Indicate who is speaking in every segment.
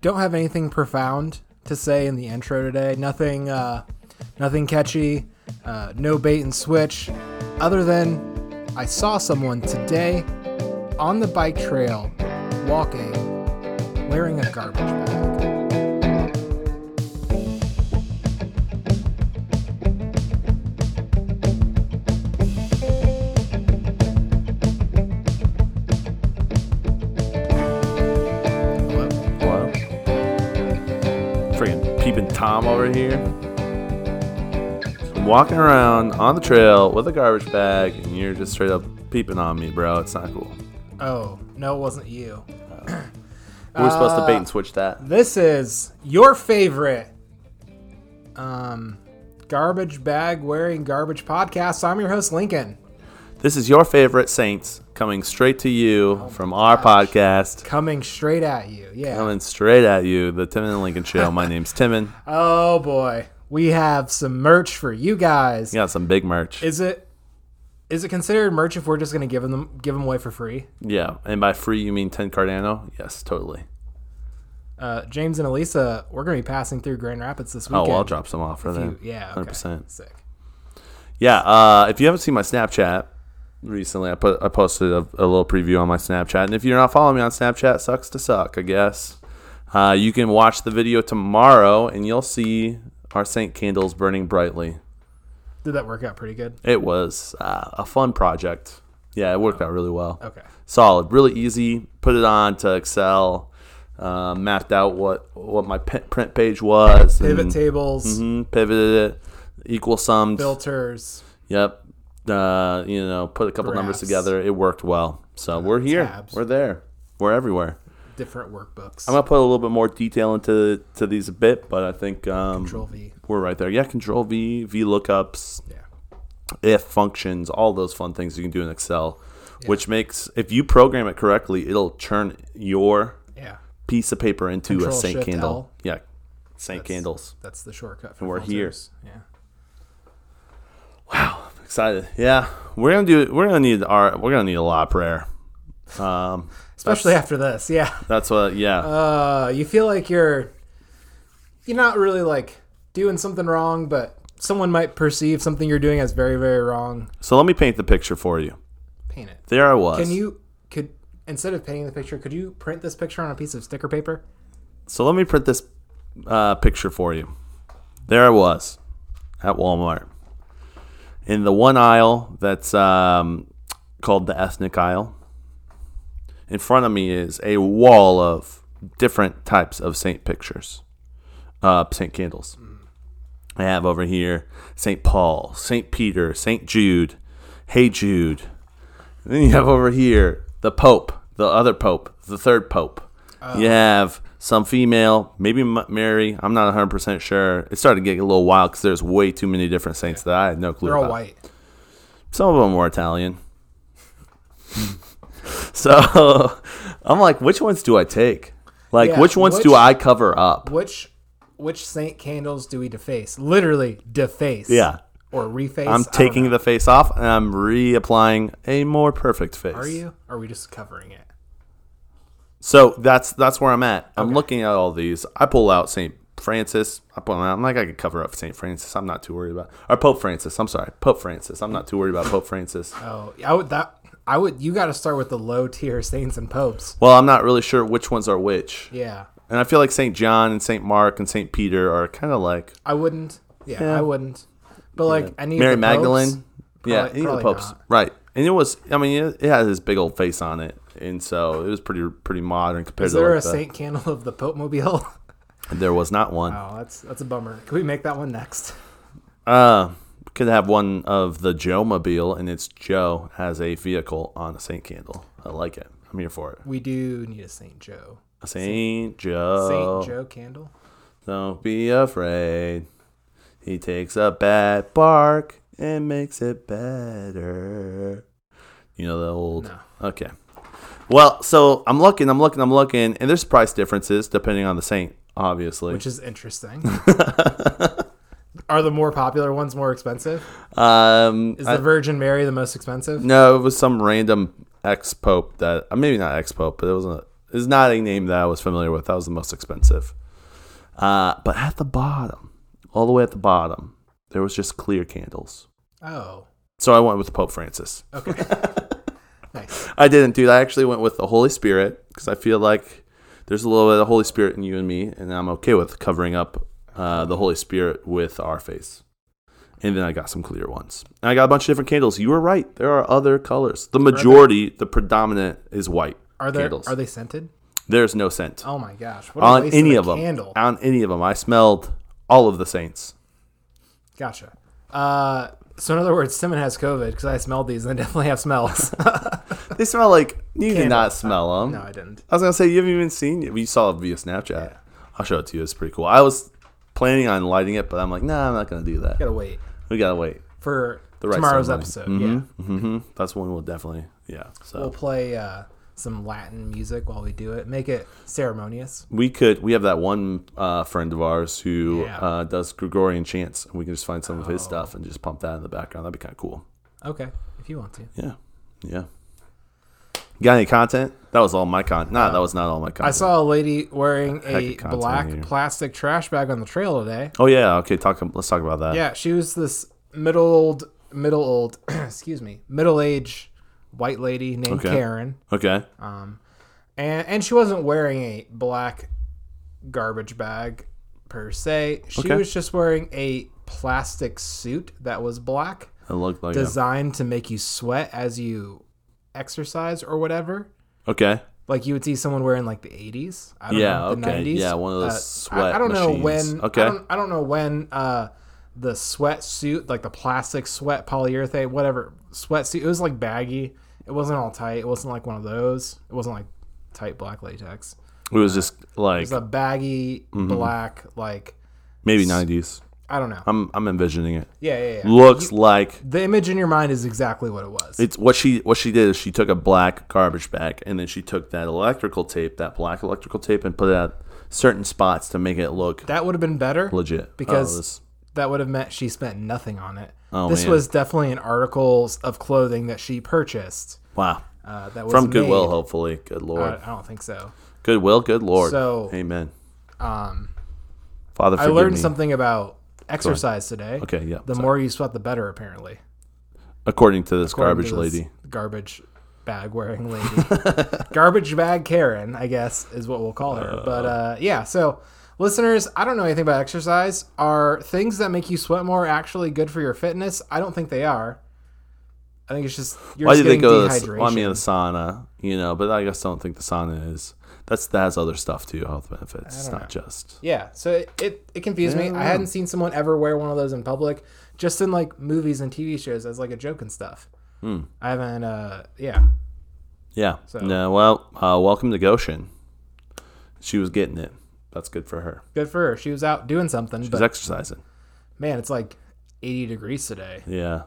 Speaker 1: Don't have anything profound to say in the intro today. Nothing, uh, nothing catchy. Uh, no bait and switch. Other than I saw someone today on the bike trail walking wearing a garbage bag. Hello?
Speaker 2: Wow. Freaking peeping Tom over here. I'm walking around on the trail with a garbage bag, and you're just straight up peeping on me, bro. It's not cool.
Speaker 1: Oh, no, it wasn't you.
Speaker 2: We were supposed to bait and switch that.
Speaker 1: This is your favorite um, garbage bag wearing garbage podcast. I'm your host, Lincoln.
Speaker 2: This is your favorite Saints coming straight to you from our podcast,
Speaker 1: Coming straight at you. Yeah.
Speaker 2: coming straight at you, the Timon and Lincoln Show. My name's Timon.
Speaker 1: Oh, boy. We have some merch for you guys.
Speaker 2: We got some big merch.
Speaker 1: Is it. Is it considered merch if we're just going to give them give them away for free?
Speaker 2: yeah, and by free you mean 10 Cardano? Yes, totally.
Speaker 1: Uh, James and Elisa, we're going to be passing through Grand Rapids this
Speaker 2: Oh,
Speaker 1: weekend.
Speaker 2: I'll drop some off for them.
Speaker 1: yeah, okay.
Speaker 2: 100%.
Speaker 1: Sick.
Speaker 2: Yeah, uh, if you haven't seen my Snapchat recently, I put I posted a, a little preview on my Snapchat, and if you're not following me on Snapchat, sucks to suck, I guess. Uh, you can watch the video tomorrow, and you'll see our Saint candles burning brightly.
Speaker 1: Did that work out pretty good?
Speaker 2: It was uh, a fun project. Yeah, it worked out really well.
Speaker 1: Okay.
Speaker 2: Solid, really easy. Put it on to Excel. Uh, mapped out what what my pe- print page was.
Speaker 1: Pivot
Speaker 2: and-
Speaker 1: tables,
Speaker 2: Mhm, pivoted it. Equal summed.
Speaker 1: filters,
Speaker 2: Yep. Uh, you know, put a couple numbers
Speaker 1: Graphs. Uh,
Speaker 2: together. It worked well. So we're here.
Speaker 1: tabs.
Speaker 2: We're there. We're everywhere.
Speaker 1: different workbooks.
Speaker 2: I'm gonna put a little bit more detail into to these a bit, but I think um,
Speaker 1: Control V.
Speaker 2: we're right there. Yeah, Control V, V lookups,
Speaker 1: Yeah.
Speaker 2: if functions, all those fun things you can do in Excel, which makes if you program it correctly, it'll turn your
Speaker 1: Yeah,
Speaker 2: piece of paper into
Speaker 1: Control
Speaker 2: a Saint
Speaker 1: Shift
Speaker 2: candle. Yeah, Saint
Speaker 1: That's-
Speaker 2: candles.
Speaker 1: that's the shortcut. For
Speaker 2: We're here.
Speaker 1: filters. Yeah.
Speaker 2: Excited. Yeah, we're gonna do. We're gonna need our. We're gonna need a lot of prayer. Um,
Speaker 1: Especially after this. Yeah.
Speaker 2: That's what, yeah.
Speaker 1: Uh, you feel like you're you're not really like doing something wrong, but someone might perceive something you're doing as very, very wrong.
Speaker 2: so let me paint the picture for you.
Speaker 1: Paint it.
Speaker 2: There I was.
Speaker 1: Can you could instead of painting the picture, could you print this picture on a piece of sticker paper?
Speaker 2: so let me print this uh, picture for you. There I was at Walmart in the one aisle that's um, called the ethnic aisle. In front of me is a wall of different types of saint pictures, uh, saint candles. I have over here Saint Paul, Saint Peter, Saint Jude, Hey Jude. Then you have over here the Pope, the other Pope, the third Pope.
Speaker 1: Oh.
Speaker 2: You have some female, maybe M- Mary. I'm not 100% sure. It started getting a little wild because there's way too many different saints that I had no clue
Speaker 1: They're all
Speaker 2: about.
Speaker 1: white.
Speaker 2: Some of them were Italian. so I'm like, which ones do I take? Like,
Speaker 1: Yeah,
Speaker 2: which ones
Speaker 1: which-
Speaker 2: do I cover up?
Speaker 1: Which which saint candles do we deface? Literally deface.
Speaker 2: Yeah.
Speaker 1: Or reface.
Speaker 2: I'm taking the face off and I'm reapplying a more perfect face.
Speaker 1: Are you? Or are we just covering it?
Speaker 2: So that's that's where I'm at. I'm looking at all these. I pull out St. Francis. I pull 'em out. I'm like, I could cover up St. Francis. I'm not too worried about. Or Pope Francis. I'm sorry, Pope Francis. I'm not too worried about Pope Francis.
Speaker 1: Oh, I would that I would. You got to start with the low tier saints and popes.
Speaker 2: Well, I'm not really sure which ones are which.
Speaker 1: Yeah,
Speaker 2: And I feel like St. John and St. Mark and St. Peter are kind of like
Speaker 1: I wouldn't. Yeah,
Speaker 2: Yeah.
Speaker 1: I wouldn't. But like any
Speaker 2: Mary
Speaker 1: of the
Speaker 2: Magdalene.
Speaker 1: popes-
Speaker 2: yeah,
Speaker 1: Probably-
Speaker 2: any of
Speaker 1: probably
Speaker 2: the popes.
Speaker 1: not.
Speaker 2: Right. And it was, I mean, it, it had his big old face on it. And so it was pretty pretty modern compared
Speaker 1: is
Speaker 2: to
Speaker 1: there
Speaker 2: like
Speaker 1: a
Speaker 2: the-
Speaker 1: saint candle of the Pope mobile?
Speaker 2: There was not one.
Speaker 1: oh, that's that's a bummer. Can we make that one next?
Speaker 2: Uh, could have one of the Joe Mobile, and it's Joe as a vehicle on a Saint candle. I like it. I'm here for it.
Speaker 1: We do need a Saint Joe.
Speaker 2: A Saint
Speaker 1: Saint
Speaker 2: Joe.
Speaker 1: Joe candle.
Speaker 2: Don't be afraid. He takes a bad bark and makes it better. You know the old. Okay. Well, so I'm looking, I'm looking, I'm looking, and there's price differences depending on the saint, obviously.
Speaker 1: which is interesting. Are the more popular ones more expensive?
Speaker 2: Um,
Speaker 1: Is
Speaker 2: I-
Speaker 1: the Virgin Mary the most expensive?
Speaker 2: no, it was some random ex pope that uh, maybe not ex pope, but it was a is not a name that I was familiar with. That was the most expensive. Uh, but at the bottom, all the way at the bottom, there was just clear candles.
Speaker 1: Oh,
Speaker 2: So I went with Pope Francis.
Speaker 1: okay. nice.
Speaker 2: I didn't, dude. I actually went with the Holy Spirit because I feel like there's a little bit of Holy Spirit in you and me, and I'm okay with covering up uh, the Holy Spirit with our face. And then I got some clear ones. And I got a bunch of different candles. You were right. There are other colors. The majority, the predominant, is white
Speaker 1: Are there
Speaker 2: candles.
Speaker 1: are they scented?
Speaker 2: There's no scent
Speaker 1: Oh my gosh! What a
Speaker 2: on
Speaker 1: waste
Speaker 2: any
Speaker 1: a
Speaker 2: of them.
Speaker 1: Candle.
Speaker 2: On any of them, I smelled all of the saints.
Speaker 1: Gotcha. Uh, so in other words, Simon has COVID because I smelled these and they definitely have smells.
Speaker 2: They smell like you did not
Speaker 1: Candles.
Speaker 2: smell them.
Speaker 1: no, I didn't.
Speaker 2: I was gonna say you haven't even seen it. You saw it via Snapchat. I'll show it to you. It's pretty cool. I was planning on lighting it, but I'm like, nah, I'm not gonna do that.
Speaker 1: Gotta wait
Speaker 2: we gotta wait.
Speaker 1: for
Speaker 2: right
Speaker 1: tomorrow's
Speaker 2: ceremony.
Speaker 1: episode. Yeah,
Speaker 2: hmm That's one we'll definitely. Yeah. So
Speaker 1: we'll play uh, some Latin music while we do it. Make it ceremonious.
Speaker 2: we could. We have that one uh, friend of ours who
Speaker 1: Yeah. Oh.
Speaker 2: uh, does Gregorian chants, and we can just find some of his stuff and just pump that in the background. That'd be kind of cool.
Speaker 1: Okay, if you want to.
Speaker 2: Yeah. Yeah. Got any content? That was all my content. Nah, that was not all my content.
Speaker 1: I saw a lady wearing
Speaker 2: Heck
Speaker 1: a
Speaker 2: of content
Speaker 1: black
Speaker 2: here.
Speaker 1: plastic trash bag on the trail today.
Speaker 2: Oh yeah. Okay. Talk. Let's talk about that.
Speaker 1: Yeah, she was this middle old, middle old, excuse me, middle aged white lady named
Speaker 2: Okay.
Speaker 1: Karen,
Speaker 2: Okay.
Speaker 1: Uh, and and she wasn't wearing a black garbage bag per se. She
Speaker 2: Okay.
Speaker 1: was just wearing a plastic suit that was black,
Speaker 2: It looked like. it.
Speaker 1: designed to make you sweat as you exercise or whatever.
Speaker 2: Okay.
Speaker 1: Like you would see someone wearing like the 80s, I don't
Speaker 2: Yeah,
Speaker 1: know, the
Speaker 2: okay.
Speaker 1: 90s.
Speaker 2: Yeah, one of those
Speaker 1: I- I,
Speaker 2: sweat
Speaker 1: don't know
Speaker 2: machines.
Speaker 1: when.
Speaker 2: Okay.
Speaker 1: I don't, I don't know when uh, the sweat suit, like the plastic sweat polyurethane, whatever sweat suit, it was like baggy. It wasn't all tight. It wasn't like one of those. It wasn't like tight black latex.
Speaker 2: It
Speaker 1: uh,
Speaker 2: was just like
Speaker 1: It's a baggy
Speaker 2: Mm-hmm.
Speaker 1: black, like
Speaker 2: maybe nineties.
Speaker 1: I don't know.
Speaker 2: I'm I'm envisioning it.
Speaker 1: yeah, yeah, yeah.
Speaker 2: Looks like
Speaker 1: the image in your mind is exactly what it was.
Speaker 2: it's what she what she did is she took a black garbage bag and then she took that electrical tape, that black electrical tape, and put it at certain spots to make it look
Speaker 1: that would have been better.
Speaker 2: legit. Oh,
Speaker 1: because
Speaker 2: this-
Speaker 1: that would have meant she spent nothing on it.
Speaker 2: Oh,
Speaker 1: this
Speaker 2: man.
Speaker 1: was definitely an articles of clothing that she purchased.
Speaker 2: wow,
Speaker 1: Uh, that was
Speaker 2: from
Speaker 1: made.
Speaker 2: Goodwill, oh, hopefully. Good lord,
Speaker 1: I, I don't think so.
Speaker 2: Goodwill, good lord.
Speaker 1: so,
Speaker 2: Amen.
Speaker 1: Um,
Speaker 2: Father,
Speaker 1: I
Speaker 2: forgive
Speaker 1: learned
Speaker 2: me.
Speaker 1: something about exercise today.
Speaker 2: Okay, yeah.
Speaker 1: The
Speaker 2: sorry.
Speaker 1: more you sweat, the better, apparently.
Speaker 2: according to this
Speaker 1: according
Speaker 2: garbage
Speaker 1: to this
Speaker 2: lady,
Speaker 1: Garbage bag wearing lady. garbage bag Karen, I guess, is what we'll call her. but uh, yeah, so listeners, I don't know anything about exercise. Are things that make you sweat more actually good for your fitness? I don't think they are. I think it's just you're
Speaker 2: why do
Speaker 1: just
Speaker 2: they
Speaker 1: getting
Speaker 2: go? To
Speaker 1: dehydration.
Speaker 2: the, well, I mean, the sauna, you know, but I guess don't think the sauna is. That's that has other stuff too, health benefits. It's not just.
Speaker 1: Yeah, so it, it, it confused me.
Speaker 2: don't
Speaker 1: I
Speaker 2: know.
Speaker 1: hadn't seen someone ever wear one of those in public, just in like movies and TV shows as like a joke and stuff.
Speaker 2: Hmm.
Speaker 1: I haven't, uh, yeah.
Speaker 2: Yeah. No. Well, uh, welcome to Goshen. She was getting it. That's good for her.
Speaker 1: Good for her. She was out doing something,
Speaker 2: She's
Speaker 1: but
Speaker 2: exercising.
Speaker 1: man, it's like 80 degrees today.
Speaker 2: Yeah.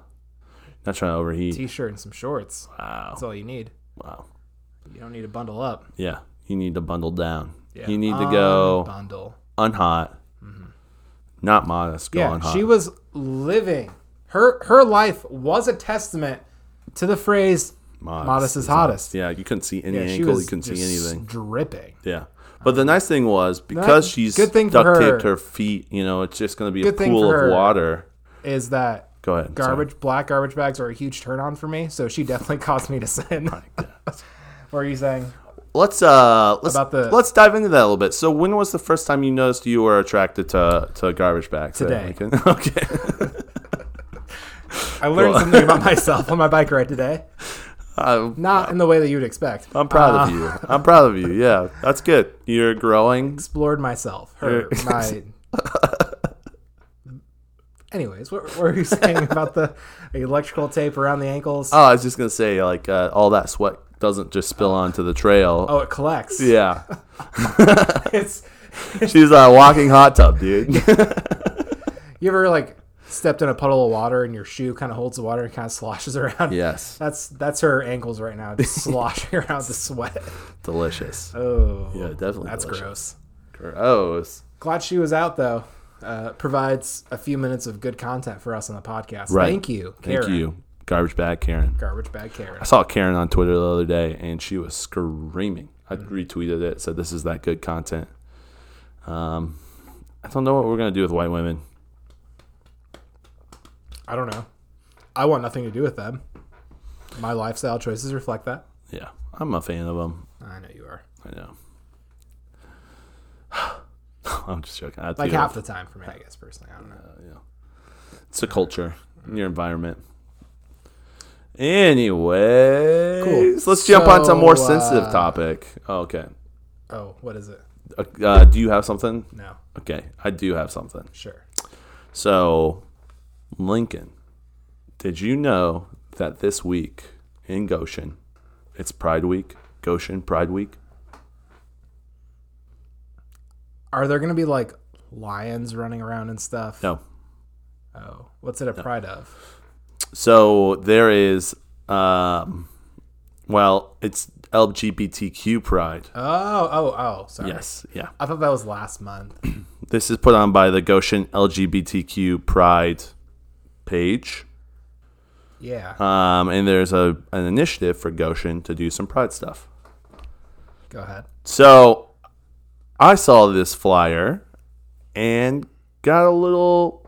Speaker 2: Not trying to overheat.
Speaker 1: T shirt and some shorts.
Speaker 2: Wow.
Speaker 1: That's all you need.
Speaker 2: Wow.
Speaker 1: You don't need to bundle up.
Speaker 2: Yeah. You need to bundle down.
Speaker 1: Yeah.
Speaker 2: You need to go
Speaker 1: Bundle.
Speaker 2: unhot. Not modest. Go
Speaker 1: Mm-hmm. Yeah,
Speaker 2: unhot.
Speaker 1: she was living. Her her life was a testament to the phrase
Speaker 2: modest.
Speaker 1: modest is hottest.
Speaker 2: Yeah. You couldn't see any
Speaker 1: Yeah, she
Speaker 2: ankle.
Speaker 1: was
Speaker 2: You couldn't see
Speaker 1: just
Speaker 2: anything.
Speaker 1: dripping.
Speaker 2: Yeah. But the nice thing was because
Speaker 1: That-
Speaker 2: she's
Speaker 1: good thing for
Speaker 2: duct taped
Speaker 1: her.
Speaker 2: her feet, you know, it's just going to be
Speaker 1: Good
Speaker 2: a
Speaker 1: thing
Speaker 2: pool
Speaker 1: for
Speaker 2: of
Speaker 1: her.
Speaker 2: water.
Speaker 1: Is that
Speaker 2: Go ahead. sorry.
Speaker 1: garbage black garbage bags are a huge turn on for me so she definitely caused me to sin what are you saying
Speaker 2: Let's uh let's
Speaker 1: About the-
Speaker 2: let's dive into that a little bit. So when was the first time you noticed you were attracted to to garbage bags? at
Speaker 1: Today.
Speaker 2: Lincoln? Okay.
Speaker 1: i learned
Speaker 2: Well-
Speaker 1: something about myself on my bike ride today
Speaker 2: I'm,
Speaker 1: not in the way that you'd expect
Speaker 2: Uh, I'm proud
Speaker 1: Uh.
Speaker 2: of you. I'm proud of you. Yeah, that's good. You're growing.
Speaker 1: explored myself her
Speaker 2: You're-
Speaker 1: my anyways what, what were you saying about the electrical tape around the ankles
Speaker 2: Oh, I was just gonna say like uh, all that sweat doesn't just spill onto the trail.
Speaker 1: oh it collects
Speaker 2: Yeah,
Speaker 1: it's
Speaker 2: she's a walking hot tub, dude.
Speaker 1: you ever like stepped in a puddle of water and your shoe kind of holds the water and kind of sloshes around
Speaker 2: yes,
Speaker 1: that's that's her ankles right now just sloshing around the sweat
Speaker 2: delicious.
Speaker 1: oh
Speaker 2: Yeah, definitely.
Speaker 1: that's
Speaker 2: delicious.
Speaker 1: gross
Speaker 2: Gross.
Speaker 1: Glad she was out though. Uh, provides a few minutes of good content for us on the podcast.
Speaker 2: Right.
Speaker 1: Thank you, Karen.
Speaker 2: Thank you, garbage bag Karen.
Speaker 1: Garbage bag Karen.
Speaker 2: I saw Karen on Twitter the other day, and she was screaming. I
Speaker 1: Mm-hmm.
Speaker 2: retweeted it. Said this is that good content. Um, I don't know what we're gonna do with white women.
Speaker 1: I don't know. I want nothing to do with them. My lifestyle choices reflect that.
Speaker 2: Yeah, I'm a fan of them.
Speaker 1: I know you are.
Speaker 2: I know. I'm just joking. I
Speaker 1: Like
Speaker 2: do.
Speaker 1: half the time for me, I guess personally. I don't know.
Speaker 2: It's a culture, in your environment. Anyways, let's jump on to a more
Speaker 1: So,
Speaker 2: sensitive
Speaker 1: uh,
Speaker 2: topic. Oh, okay.
Speaker 1: Oh, what is it?
Speaker 2: Uh, uh, do you have something?
Speaker 1: No,
Speaker 2: Okay, I do have something.
Speaker 1: sure.
Speaker 2: So, Lincoln, did you know that this week in Goshen, it's Pride Week, Goshen Pride Week?
Speaker 1: Are there gonna be like lions running around and stuff?
Speaker 2: No.
Speaker 1: Oh, what's it a pride of?
Speaker 2: So there is, um, well, it's LGBTQ Pride.
Speaker 1: Oh, oh, oh. Sorry.
Speaker 2: Yes, yeah.
Speaker 1: I thought that was last month.
Speaker 2: This is put on by the Goshen LGBTQ Pride page.
Speaker 1: Yeah.
Speaker 2: Um, and there's a an initiative for Goshen to do some pride stuff.
Speaker 1: Go ahead.
Speaker 2: So I saw this flyer and got a little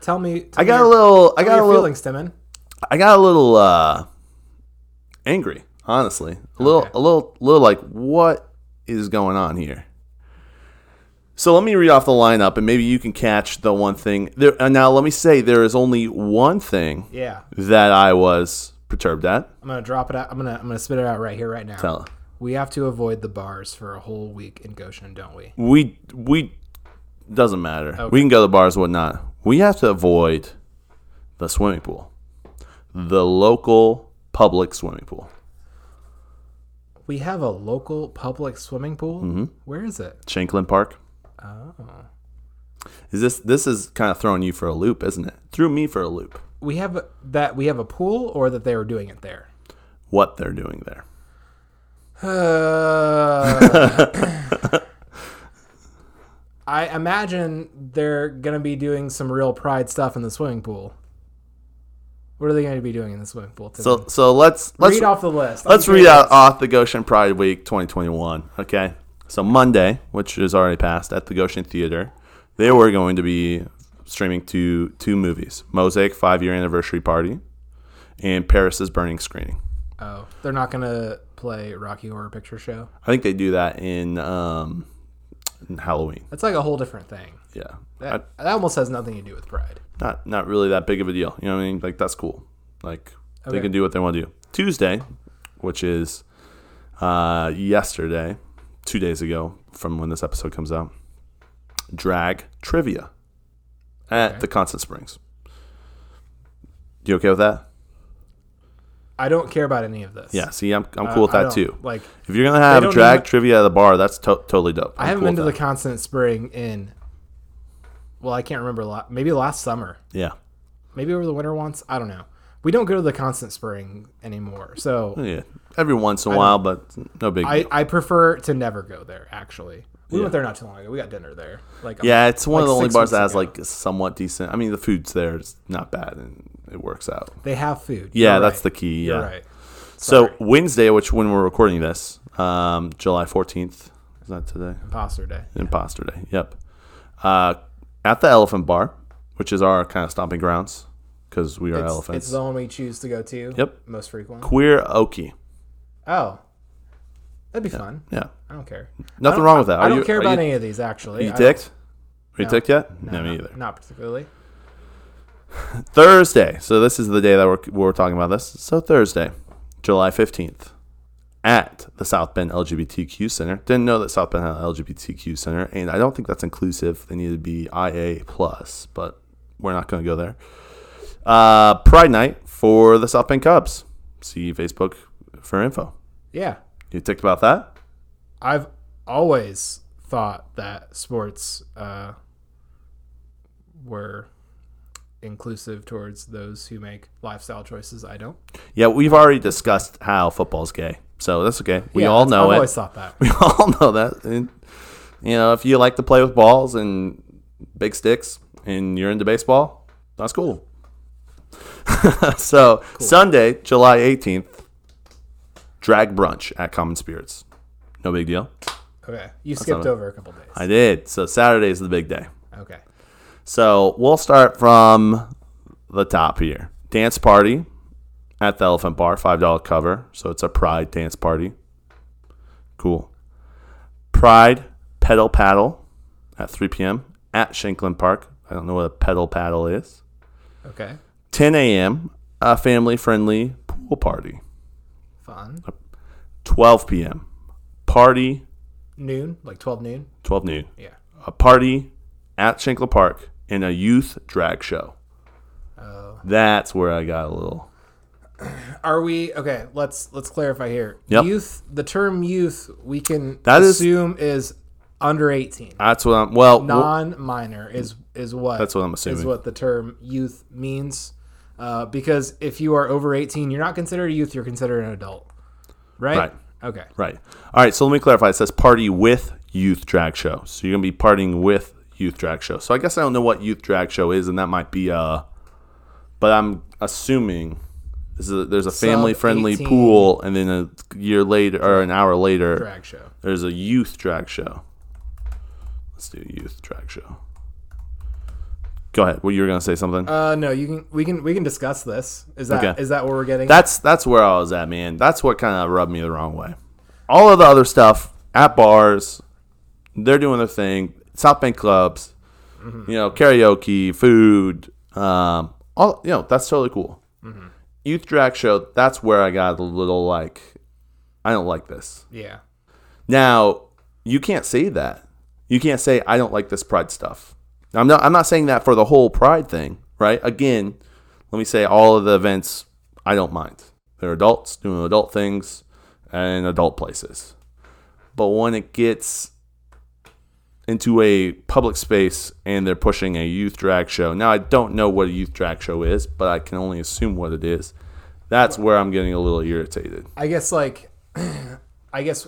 Speaker 1: Tell me. Tell
Speaker 2: I
Speaker 1: me
Speaker 2: got
Speaker 1: your,
Speaker 2: a little I
Speaker 1: tell me
Speaker 2: got a
Speaker 1: your
Speaker 2: little
Speaker 1: feelings, Timon.
Speaker 2: I got a little uh angry, honestly. A little a little little like what is going on here? So let me read off the lineup and maybe you can catch the one thing. There uh, now let me say there is only one thing
Speaker 1: Yeah.
Speaker 2: that I was perturbed at.
Speaker 1: I'm gonna drop it out. I'm gonna I'm gonna spit it out right here, right now.
Speaker 2: Tell
Speaker 1: We have to avoid the bars for a whole week in Goshen, don't we?
Speaker 2: we we doesn't matter. We can go to the bars, whatnot. We have to avoid the swimming pool, the local public swimming pool,
Speaker 1: We have a local public swimming pool.
Speaker 2: Mm-hmm.
Speaker 1: Where is it?
Speaker 2: Shanklin Park.
Speaker 1: Oh.
Speaker 2: Is this this is kind of throwing you for a loop, isn't it? Threw me for a loop.
Speaker 1: We have a, that we have a pool, or that they were doing it there.
Speaker 2: What they're doing there?
Speaker 1: Uh, I imagine they're gonna be doing some real pride stuff in the swimming pool. What are they gonna be doing in the swimming pool? Timon?
Speaker 2: So so let's let's
Speaker 1: read off the list. I'm
Speaker 2: let's read
Speaker 1: curious.
Speaker 2: out uh, off the Goshen Pride Week 2021. Okay, so Monday, which is already passed, at the Goshen Theater, they were going to be streaming two two movies: Mosaic Five Year Anniversary Party and Paris's Burning Screening.
Speaker 1: Oh, they're not gonna play Rocky Horror Picture Show.
Speaker 2: I think they do that in, um, in Halloween.
Speaker 1: That's like a whole different thing.
Speaker 2: Yeah, I-
Speaker 1: That, that almost has nothing to do with pride.
Speaker 2: not not really that big of a deal. You know what I mean? Like that's cool. Like they
Speaker 1: Okay.
Speaker 2: can do what they want to do. Tuesday, which is uh, yesterday, two days ago from when this episode comes out, drag trivia at the Constant Springs. You okay with that?
Speaker 1: I don't care about any of this.
Speaker 2: Yeah. See, I'm I'm
Speaker 1: I-
Speaker 2: cool with
Speaker 1: Uh, I
Speaker 2: that
Speaker 1: don't-
Speaker 2: too.
Speaker 1: Like
Speaker 2: If you're gonna have
Speaker 1: don't
Speaker 2: drag
Speaker 1: even-
Speaker 2: trivia at the bar, that's to- totally dope.
Speaker 1: I haven't been to the Constant Spring in, well, I can't remember. La- maybe last summer,
Speaker 2: the yeah.
Speaker 1: maybe over the winter once. I don't know. We don't go to the Constant Spring anymore, so
Speaker 2: Yeah, every once in a while, but no big.
Speaker 1: Oh, I,
Speaker 2: deal.
Speaker 1: I prefer to never go there. Actually, we went there not too long ago. We got dinner there. Like
Speaker 2: Yeah, it's one of
Speaker 1: like
Speaker 2: the only
Speaker 1: six
Speaker 2: bars that
Speaker 1: weeks
Speaker 2: has
Speaker 1: ago.
Speaker 2: like somewhat decent. I mean, the food's there; it's not bad, and it works out.
Speaker 1: they have food.
Speaker 2: Yeah,
Speaker 1: You're
Speaker 2: that's
Speaker 1: right.
Speaker 2: the key. Yeah.
Speaker 1: You're right.
Speaker 2: So
Speaker 1: Sorry.
Speaker 2: Wednesday, which when we're recording this, um, July fourteenth, is that today?
Speaker 1: Imposter Day.
Speaker 2: Imposter Day. Yep. Uh, at the Elephant Bar, which is our kind of stomping grounds, because we are
Speaker 1: It's,
Speaker 2: elephants.
Speaker 1: it's the one we choose to go to.
Speaker 2: Yep.
Speaker 1: Most frequent.
Speaker 2: Queer Okie.
Speaker 1: Oh, that'd be fun.
Speaker 2: Yeah,
Speaker 1: I don't care.
Speaker 2: nothing wrong with that.
Speaker 1: I
Speaker 2: Are
Speaker 1: don't
Speaker 2: you-
Speaker 1: care
Speaker 2: are
Speaker 1: about
Speaker 2: you,
Speaker 1: any of these actually.
Speaker 2: You
Speaker 1: I-
Speaker 2: ticked? Are you
Speaker 1: No.
Speaker 2: ticked yet? No,
Speaker 1: no,
Speaker 2: me
Speaker 1: no,
Speaker 2: either.
Speaker 1: Not particularly.
Speaker 2: Thursday. So this is the day that we're, we're talking about this. So Thursday, July 15th at the South Bend LGBTQ Center. Didn't know that South Bend had an LGBTQ Center, and I don't think that's inclusive. They need to be IA plus, but we're not going to go there. Uh, Pride Night for the South Bend Cubs. See Facebook for info.
Speaker 1: Yeah,
Speaker 2: You ticked about that?
Speaker 1: I've always thought that sports uh, were inclusive towards those who make lifestyle choices. I don't.
Speaker 2: Yeah, we've already discussed how football's gay, so that's okay. We
Speaker 1: Yeah,
Speaker 2: all
Speaker 1: that's-
Speaker 2: know
Speaker 1: I've
Speaker 2: it.
Speaker 1: always thought that.
Speaker 2: We all know that. And, you know, if you like to play with balls and big sticks and you're into baseball, that's cool. so, Sunday, July 18th, drag brunch at Common Spirits. No big deal.
Speaker 1: Okay. You skipped
Speaker 2: not a-
Speaker 1: over a couple days.
Speaker 2: I did. So Saturday is the big day.
Speaker 1: okay.
Speaker 2: So we'll start from the top here. Dance party at the Elephant Bar, five dollar cover. So it's a Pride dance party. Cool. Pride pedal paddle at three p.m. at Shanklin Park. I don't know what a pedal paddle is.
Speaker 1: Okay.
Speaker 2: 10 a.m. a family friendly pool party.
Speaker 1: Fun.
Speaker 2: 12 p.m. party.
Speaker 1: Noon, like 12 noon.
Speaker 2: 12 noon.
Speaker 1: Yeah.
Speaker 2: A party at Shanklin Park and a youth drag show.
Speaker 1: Oh.
Speaker 2: That's where I got a little.
Speaker 1: Are we okay? Let's let's clarify here.
Speaker 2: Yep.
Speaker 1: Youth. The term youth we can
Speaker 2: That is-
Speaker 1: assume is, under 18.
Speaker 2: That's what I'm. Well,
Speaker 1: non-minor is is what
Speaker 2: That's what I'm assuming.
Speaker 1: is what the term youth means uh, because if you are over 18 you're not considered a youth you're considered an adult right,
Speaker 2: Right.
Speaker 1: okay
Speaker 2: Right. All right. So let me clarify. It says party with youth drag show. So you're gonna be partying with youth drag show. So I guess I don't know what youth drag show is, and that might be uh, but I'm assuming this is a, there's a family friendly
Speaker 1: 18.
Speaker 2: pool, and then a year later or an hour later,
Speaker 1: drag show
Speaker 2: there's a youth drag show. Let's do youth drag show. Go ahead. Well, you were gonna say something.
Speaker 1: uh no you can we can we can discuss this is that is
Speaker 2: Okay.
Speaker 1: that what we're getting
Speaker 2: that's that's where I was at, man. That's what kind of rubbed me the wrong way. All of the other stuff at bars, they're doing their thing. South Bank clubs, you know, karaoke, food, um, all you know, that's totally cool. Youth drag show. That's where I got a little like, I don't like this.
Speaker 1: yeah
Speaker 2: Now, you can't say that. You can't say I don't like this pride stuff. Now, I'm not I'm not saying that for the whole pride thing, right? Again, let me say all of the events I don't mind. They're adults doing adult things and adult places. But when it gets into a public space and they're pushing a youth drag show. Now I don't know what a youth drag show is, but I can only assume what it is. That's where I'm getting a little irritated.
Speaker 1: i guess like i guess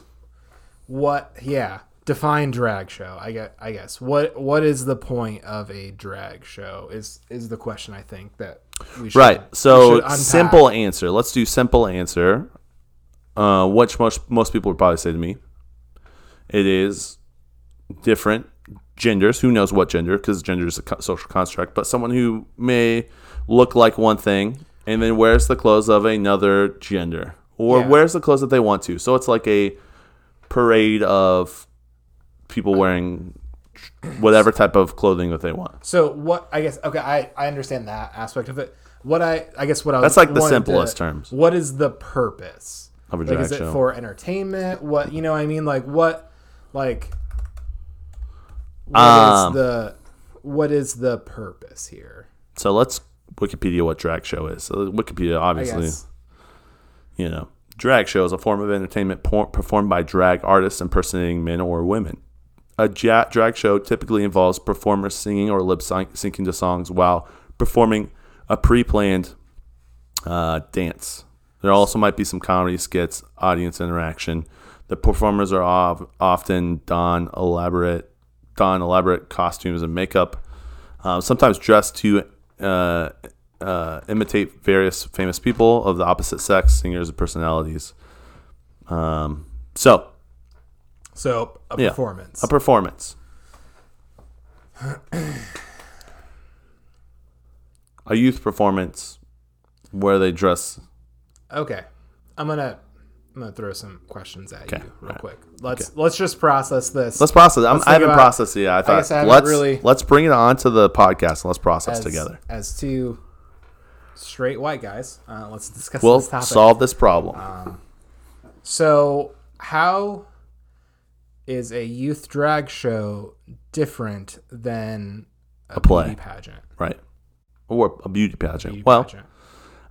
Speaker 1: what yeah define drag show i get i guess what what is the point of a drag show is is the question i think that we should
Speaker 2: Right.
Speaker 1: we should
Speaker 2: So
Speaker 1: unpack.
Speaker 2: simple answer. Let's do simple answer. Uh, which most most people would probably say to me, it is different genders. Who knows what gender? Because gender is a co- social construct. But someone who may look like one thing and then wears the clothes of another gender, or
Speaker 1: Yeah.
Speaker 2: wears the clothes that they want to. So it's like a parade of people wearing whatever type of clothing that they want.
Speaker 1: So what I guess okay, I, I understand that aspect of it. What I I guess what I was
Speaker 2: That's like the
Speaker 1: wanting to-
Speaker 2: simplest terms.
Speaker 1: What is the purpose
Speaker 2: Of a
Speaker 1: Like,
Speaker 2: drag
Speaker 1: is it
Speaker 2: show.
Speaker 1: for entertainment? What you know? what I mean, like what, like what is
Speaker 2: Um.
Speaker 1: the what is the purpose here?
Speaker 2: So let's Wikipedia what drag show is. So Wikipedia,
Speaker 1: I
Speaker 2: obviously,
Speaker 1: guess
Speaker 2: you know, drag show is a form of entertainment por- performed by drag artists impersonating men or women. A ja- drag show typically involves performers singing or lip syn- syncing to songs while performing a pre-planned uh, dance. There also might be some comedy skits, audience interaction. The performers are of, often don elaborate don elaborate costumes and makeup, uh, sometimes dressed to uh, uh, imitate various famous people of the opposite sex, singers, and personalities. Um, so
Speaker 1: so. A
Speaker 2: Yeah.
Speaker 1: performance.
Speaker 2: a performance. a youth performance where they dress
Speaker 1: okay, I'm gonna I'm gonna throw some questions at
Speaker 2: Okay.
Speaker 1: you real
Speaker 2: Alright.
Speaker 1: quick. Let's let's just process this.
Speaker 2: Let's process. I'm, I
Speaker 1: think
Speaker 2: haven't
Speaker 1: about-
Speaker 2: processed it yet. I thought
Speaker 1: guess I haven't
Speaker 2: let's
Speaker 1: really-
Speaker 2: let's bring it on to the podcast and let's process
Speaker 1: as,
Speaker 2: together.
Speaker 1: as two straight white guys. Uh, let's discuss
Speaker 2: We'll
Speaker 1: this topic. Uh,
Speaker 2: solve this problem.
Speaker 1: So, how is a youth drag show different than a,
Speaker 2: play.
Speaker 1: beauty pageant?
Speaker 2: right. Or a beauty pageant.
Speaker 1: Beauty
Speaker 2: well,
Speaker 1: pageant.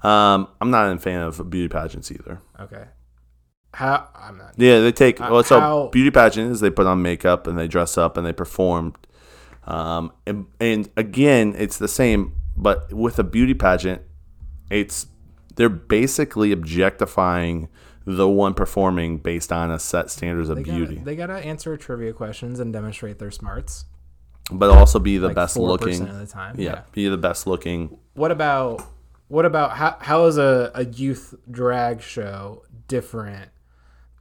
Speaker 2: um, I'm not a fan of beauty pageants either.
Speaker 1: okay. How I'm not.
Speaker 2: Yeah, they take well, so
Speaker 1: how-
Speaker 2: beauty pageant is they put on makeup and they dress up and they perform. Um, and, and again, it's the same, but with a beauty pageant, it's they're basically objectifying the one performing based on a set standards of
Speaker 1: They gotta,
Speaker 2: beauty.
Speaker 1: they gotta answer trivia questions and demonstrate their smarts.
Speaker 2: but also be the best
Speaker 1: 4%
Speaker 2: looking.
Speaker 1: of the time.
Speaker 2: yeah, be the best looking.
Speaker 1: What about what about how how is a, a youth drag show different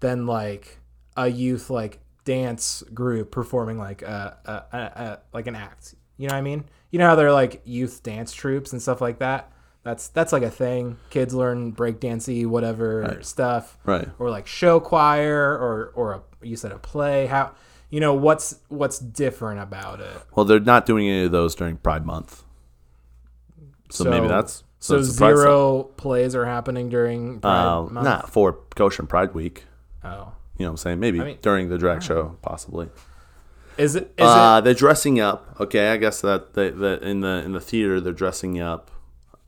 Speaker 1: than like a youth like dance group performing like a, a, a, a like an act. You know what I mean? You know how they're like youth dance troops and stuff like that. That's that's like a thing. Kids learn breakdancey whatever stuff,
Speaker 2: Right.
Speaker 1: Or like show choir, or or a, you said a play. How you know what's what's different about it?
Speaker 2: Well, they're not doing any of those during Pride Month. So, maybe that's
Speaker 1: so
Speaker 2: it's a Pride stuff.
Speaker 1: zero plays are happening during Pride
Speaker 2: Uh,
Speaker 1: Month.
Speaker 2: not for Kosher and Pride Week.
Speaker 1: Oh,
Speaker 2: You know what I'm saying? Maybe
Speaker 1: mean-
Speaker 2: during the drag show, possibly.
Speaker 1: is it? Is
Speaker 2: Uh, they're dressing up. Okay, I guess that they, that in the in the theater they're dressing up.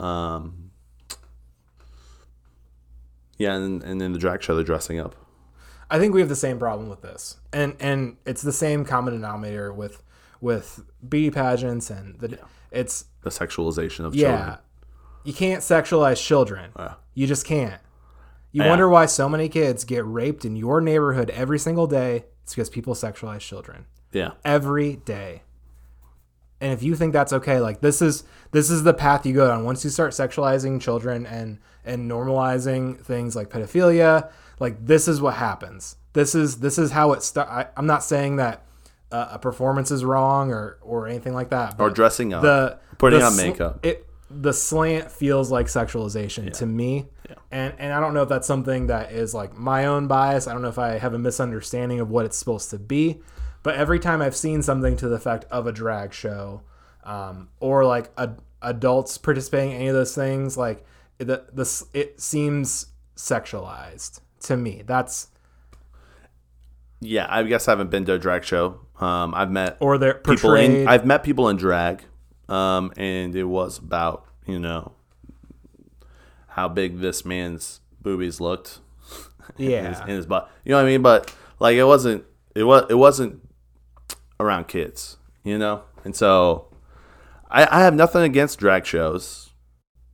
Speaker 2: Um, yeah, and and in the drag show they're dressing up.
Speaker 1: it? I think we have the same problem with this, and and it's the same common denominator with with beauty pageants and the it's
Speaker 2: The sexualization of
Speaker 1: yeah.
Speaker 2: children.
Speaker 1: You can't sexualize children. you just can't. You wonder why so many kids get raped in your neighborhood every single day. It's because people sexualize children.
Speaker 2: Yeah.
Speaker 1: every day. And if you think that's okay, like this is this is the path you go down. Once you start sexualizing children and and normalizing things like pedophilia, like this is what happens. This is this is how it starts. I'm not saying that uh, a performance is wrong or or anything like that. But
Speaker 2: Or dressing up.
Speaker 1: the
Speaker 2: Putting
Speaker 1: the
Speaker 2: on
Speaker 1: sl-
Speaker 2: makeup.
Speaker 1: It the slant feels like sexualization to me. And and I don't know if that's something that is like my own bias. I don't know if I have a misunderstanding of what it's supposed to be. But every time I've seen something to the effect of a drag show, um, or like a, adults participating in any of those things, like the the s- it seems sexualized to me. That's
Speaker 2: yeah, I guess I haven't been to a drag show. Um, I've met
Speaker 1: or they're
Speaker 2: people
Speaker 1: portrayed.
Speaker 2: in I've met people in drag, um, and it was about you know how big this man's boobies looked in his,
Speaker 1: yeah,
Speaker 2: in his butt. You know what I mean? But like it wasn't it was it wasn't around kids, you know. And so I, I have nothing against drag shows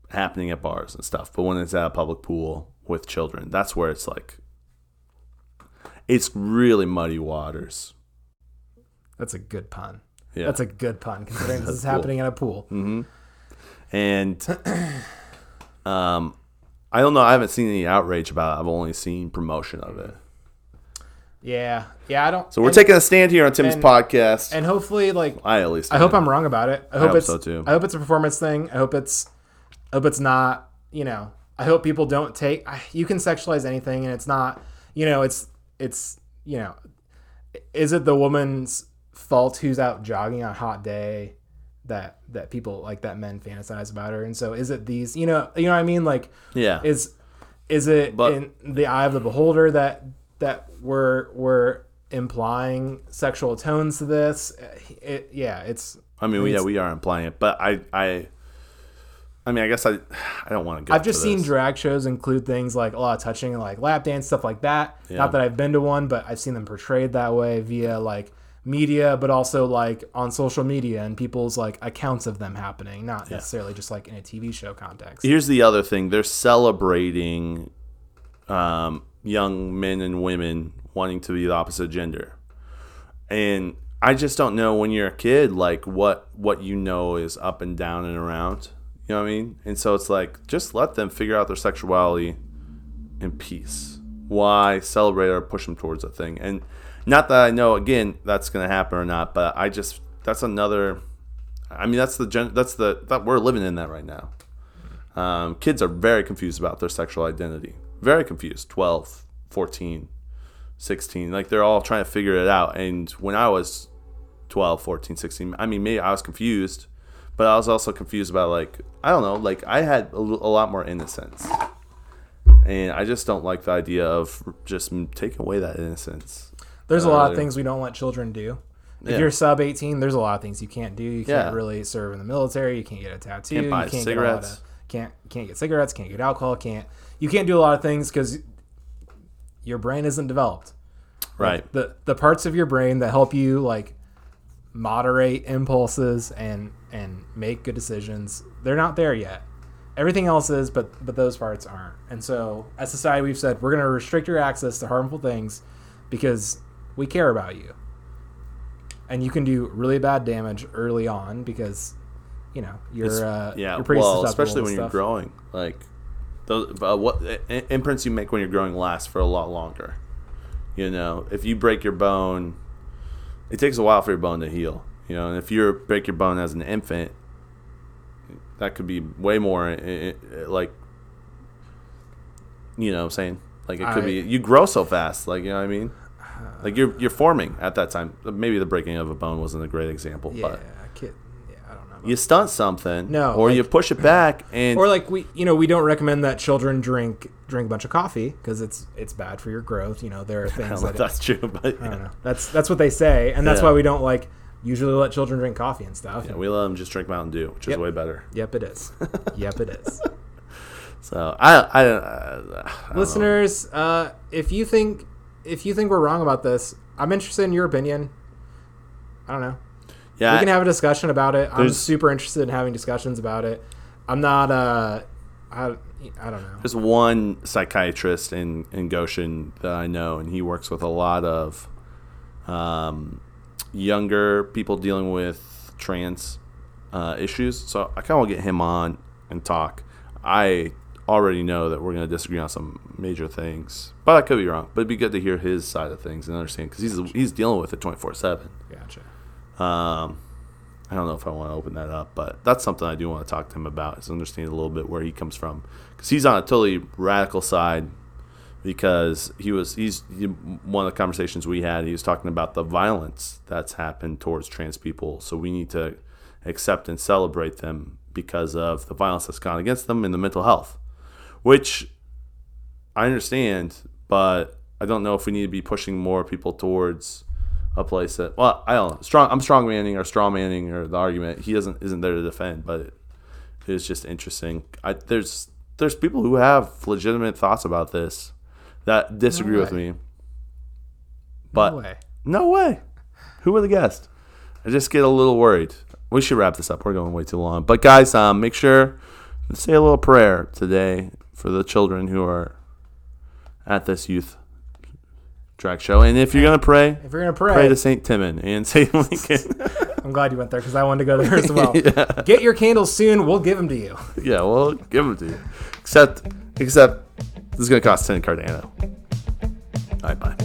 Speaker 2: happening at bars and stuff, but when it's at a public pool with children, that's where it's like it's really muddy waters.
Speaker 1: that's a good pun.
Speaker 2: Yeah.
Speaker 1: That's a good pun considering this is happening at a pool.
Speaker 2: and um, I don't know. I haven't seen any outrage about it. I've only seen promotion of it.
Speaker 1: Yeah, yeah. I don't.
Speaker 2: So we're taking a stand here on Tim's
Speaker 1: and-
Speaker 2: podcast.
Speaker 1: and hopefully like
Speaker 2: I at least
Speaker 1: I hope I'm wrong about it. I hope
Speaker 2: hope
Speaker 1: it's
Speaker 2: so, too.
Speaker 1: I hope it's a performance thing. I hope it's I hope it's not, you know, I hope people don't take I, you can sexualize anything and it's not, you know, it's it's, you know, is it the woman's fault who's out jogging on a hot day that that people like that men fantasize about her and so is it these, you know, you know what I mean like
Speaker 2: yeah.
Speaker 1: is is it
Speaker 2: But-
Speaker 1: in the eye of the beholder that that we're we're implying sexual tones to this Uh, it, yeah it's
Speaker 2: I mean, yeah, we are implying it, but I, I, I mean, I guess I, I don't want to go.
Speaker 1: i've just
Speaker 2: to
Speaker 1: seen
Speaker 2: this.
Speaker 1: drag shows include things like a lot of touching and like lap dance stuff like that not that i've been to one but i've seen them portrayed that way via like media but also like on social media and people's like accounts of them happening not necessarily just like in a tv show context
Speaker 2: Here's the other thing: they're celebrating um, young men and women wanting to be the opposite gender, and I just don't know when you're a kid, like what what you know is up and down and around. You know what I mean? And so it's like just let them figure out their sexuality in peace. Why celebrate or push them towards a thing? And not that I know again that's going to happen or not, but I just that's another. I mean that's the gen, that's the that we're living in that right now. Um, kids are very confused about their sexual identity. Very confused. 12, 14, 16. Like they're all trying to figure it out. And when I was 12, 14, 16, I mean, maybe I was confused, but I was also confused about like, I don't know, like I had a, l- a lot more innocence. And I just don't like the idea of just m- taking away that innocence.
Speaker 1: There's a lot of
Speaker 2: earlier.
Speaker 1: things we don't let children do. If
Speaker 2: Uh, Yeah.
Speaker 1: you're sub 18, there's a lot of things you can't do. You can't
Speaker 2: Yeah.
Speaker 1: really serve in the military. You can't get a tattoo.
Speaker 2: Can't buy
Speaker 1: you can't Get a lot
Speaker 2: cigarettes.
Speaker 1: of, can't can't get cigarettes. Can't get alcohol. Can't you can't do a lot of things because your brain isn't developed.
Speaker 2: Right.
Speaker 1: The the parts of your brain that help you like moderate impulses and and make good decisions they're not there yet. Everything else is, but but those parts aren't. And so as society, we've said we're going to restrict your access to harmful things because we care about you and you can do really bad damage early on because you know you're uh,
Speaker 2: yeah.
Speaker 1: you're pretty
Speaker 2: well,
Speaker 1: susceptible
Speaker 2: especially
Speaker 1: to
Speaker 2: when you're
Speaker 1: stuff.
Speaker 2: growing. Like, those, uh, what i- imprints you make when you're growing last for a lot longer. You know, if you break your bone, it takes a while for your bone to heal. You know, and if you break your bone as an infant, that could be way more. i- i i like, you know, what I'm saying like it could
Speaker 1: I-
Speaker 2: be. You grow so fast, like you know what I mean. Like you're you're forming at that time. Maybe the breaking of a bone wasn't a great example,
Speaker 1: Yeah,
Speaker 2: but
Speaker 1: I kid. Yeah, I don't know. about-
Speaker 2: you stunt something,
Speaker 1: No,
Speaker 2: or
Speaker 1: like-
Speaker 2: you push it back, and
Speaker 1: Or like we, you know, we don't recommend that children drink drink a bunch of coffee because it's it's bad for your growth. You know, there are
Speaker 2: I don't
Speaker 1: things
Speaker 2: know
Speaker 1: that
Speaker 2: if that's true, but
Speaker 1: I don't know. That's that's what they say, and that's
Speaker 2: Yeah.
Speaker 1: why we don't like usually let children drink coffee and stuff.
Speaker 2: yeah, we let them just drink Mountain Dew, which
Speaker 1: Yep.
Speaker 2: is way better.
Speaker 1: Yep, it is. yep, it is.
Speaker 2: So I I, uh, I, I don't know.
Speaker 1: Listeners, uh, if you think if you think we're wrong about this, I'm interested in your opinion. I don't know.
Speaker 2: yeah,
Speaker 1: we can have a discussion about it. I'm
Speaker 2: There's-
Speaker 1: super interested in having discussions about it. I'm not. Uh, I I don't know.
Speaker 2: There's one psychiatrist in, in Goshen that I know, and he works with a lot of um, younger people dealing with trans uh, issues. So I kind of want to get him on and talk. I already know that we're going to disagree on some major things, but I could be wrong. But it'd be good to hear his side of things and understand because he's he's dealing with it 24 seven.
Speaker 1: Gotcha.
Speaker 2: Um, I don't know if I want to open that up, but that's something I do want to talk to him about is understanding a little bit where he comes from because he's on a totally radical side because he was he's he- one of the conversations we had he was talking about the violence that's happened towards trans people so we need to accept and celebrate them because of the violence that's gone against them and the mental health which i understand but i don't know if we need to be pushing more people towards a place that well i don't know strong i'm strong manning or straw manning or the argument he doesn't isn't there to defend but it's just interesting I, there's there's people who have legitimate thoughts about this that disagree with
Speaker 1: way.
Speaker 2: me but
Speaker 1: no way.
Speaker 2: no way. Who would have guessed? I just get a little worried. We should wrap this up. We're going way too long. But guys, um, make sure to say a little prayer today for the children who are at this youth track show. And if you're gonna pray,
Speaker 1: If you're gonna
Speaker 2: pray
Speaker 1: pray,
Speaker 2: to Saint Timon and Saint Lincoln.
Speaker 1: I'm glad you went there because I wanted to go there as well. Get your candles soon. We'll give them to you.
Speaker 2: yeah, well, give them to you. Except, except this is gonna cost ten cardano. All right, bye.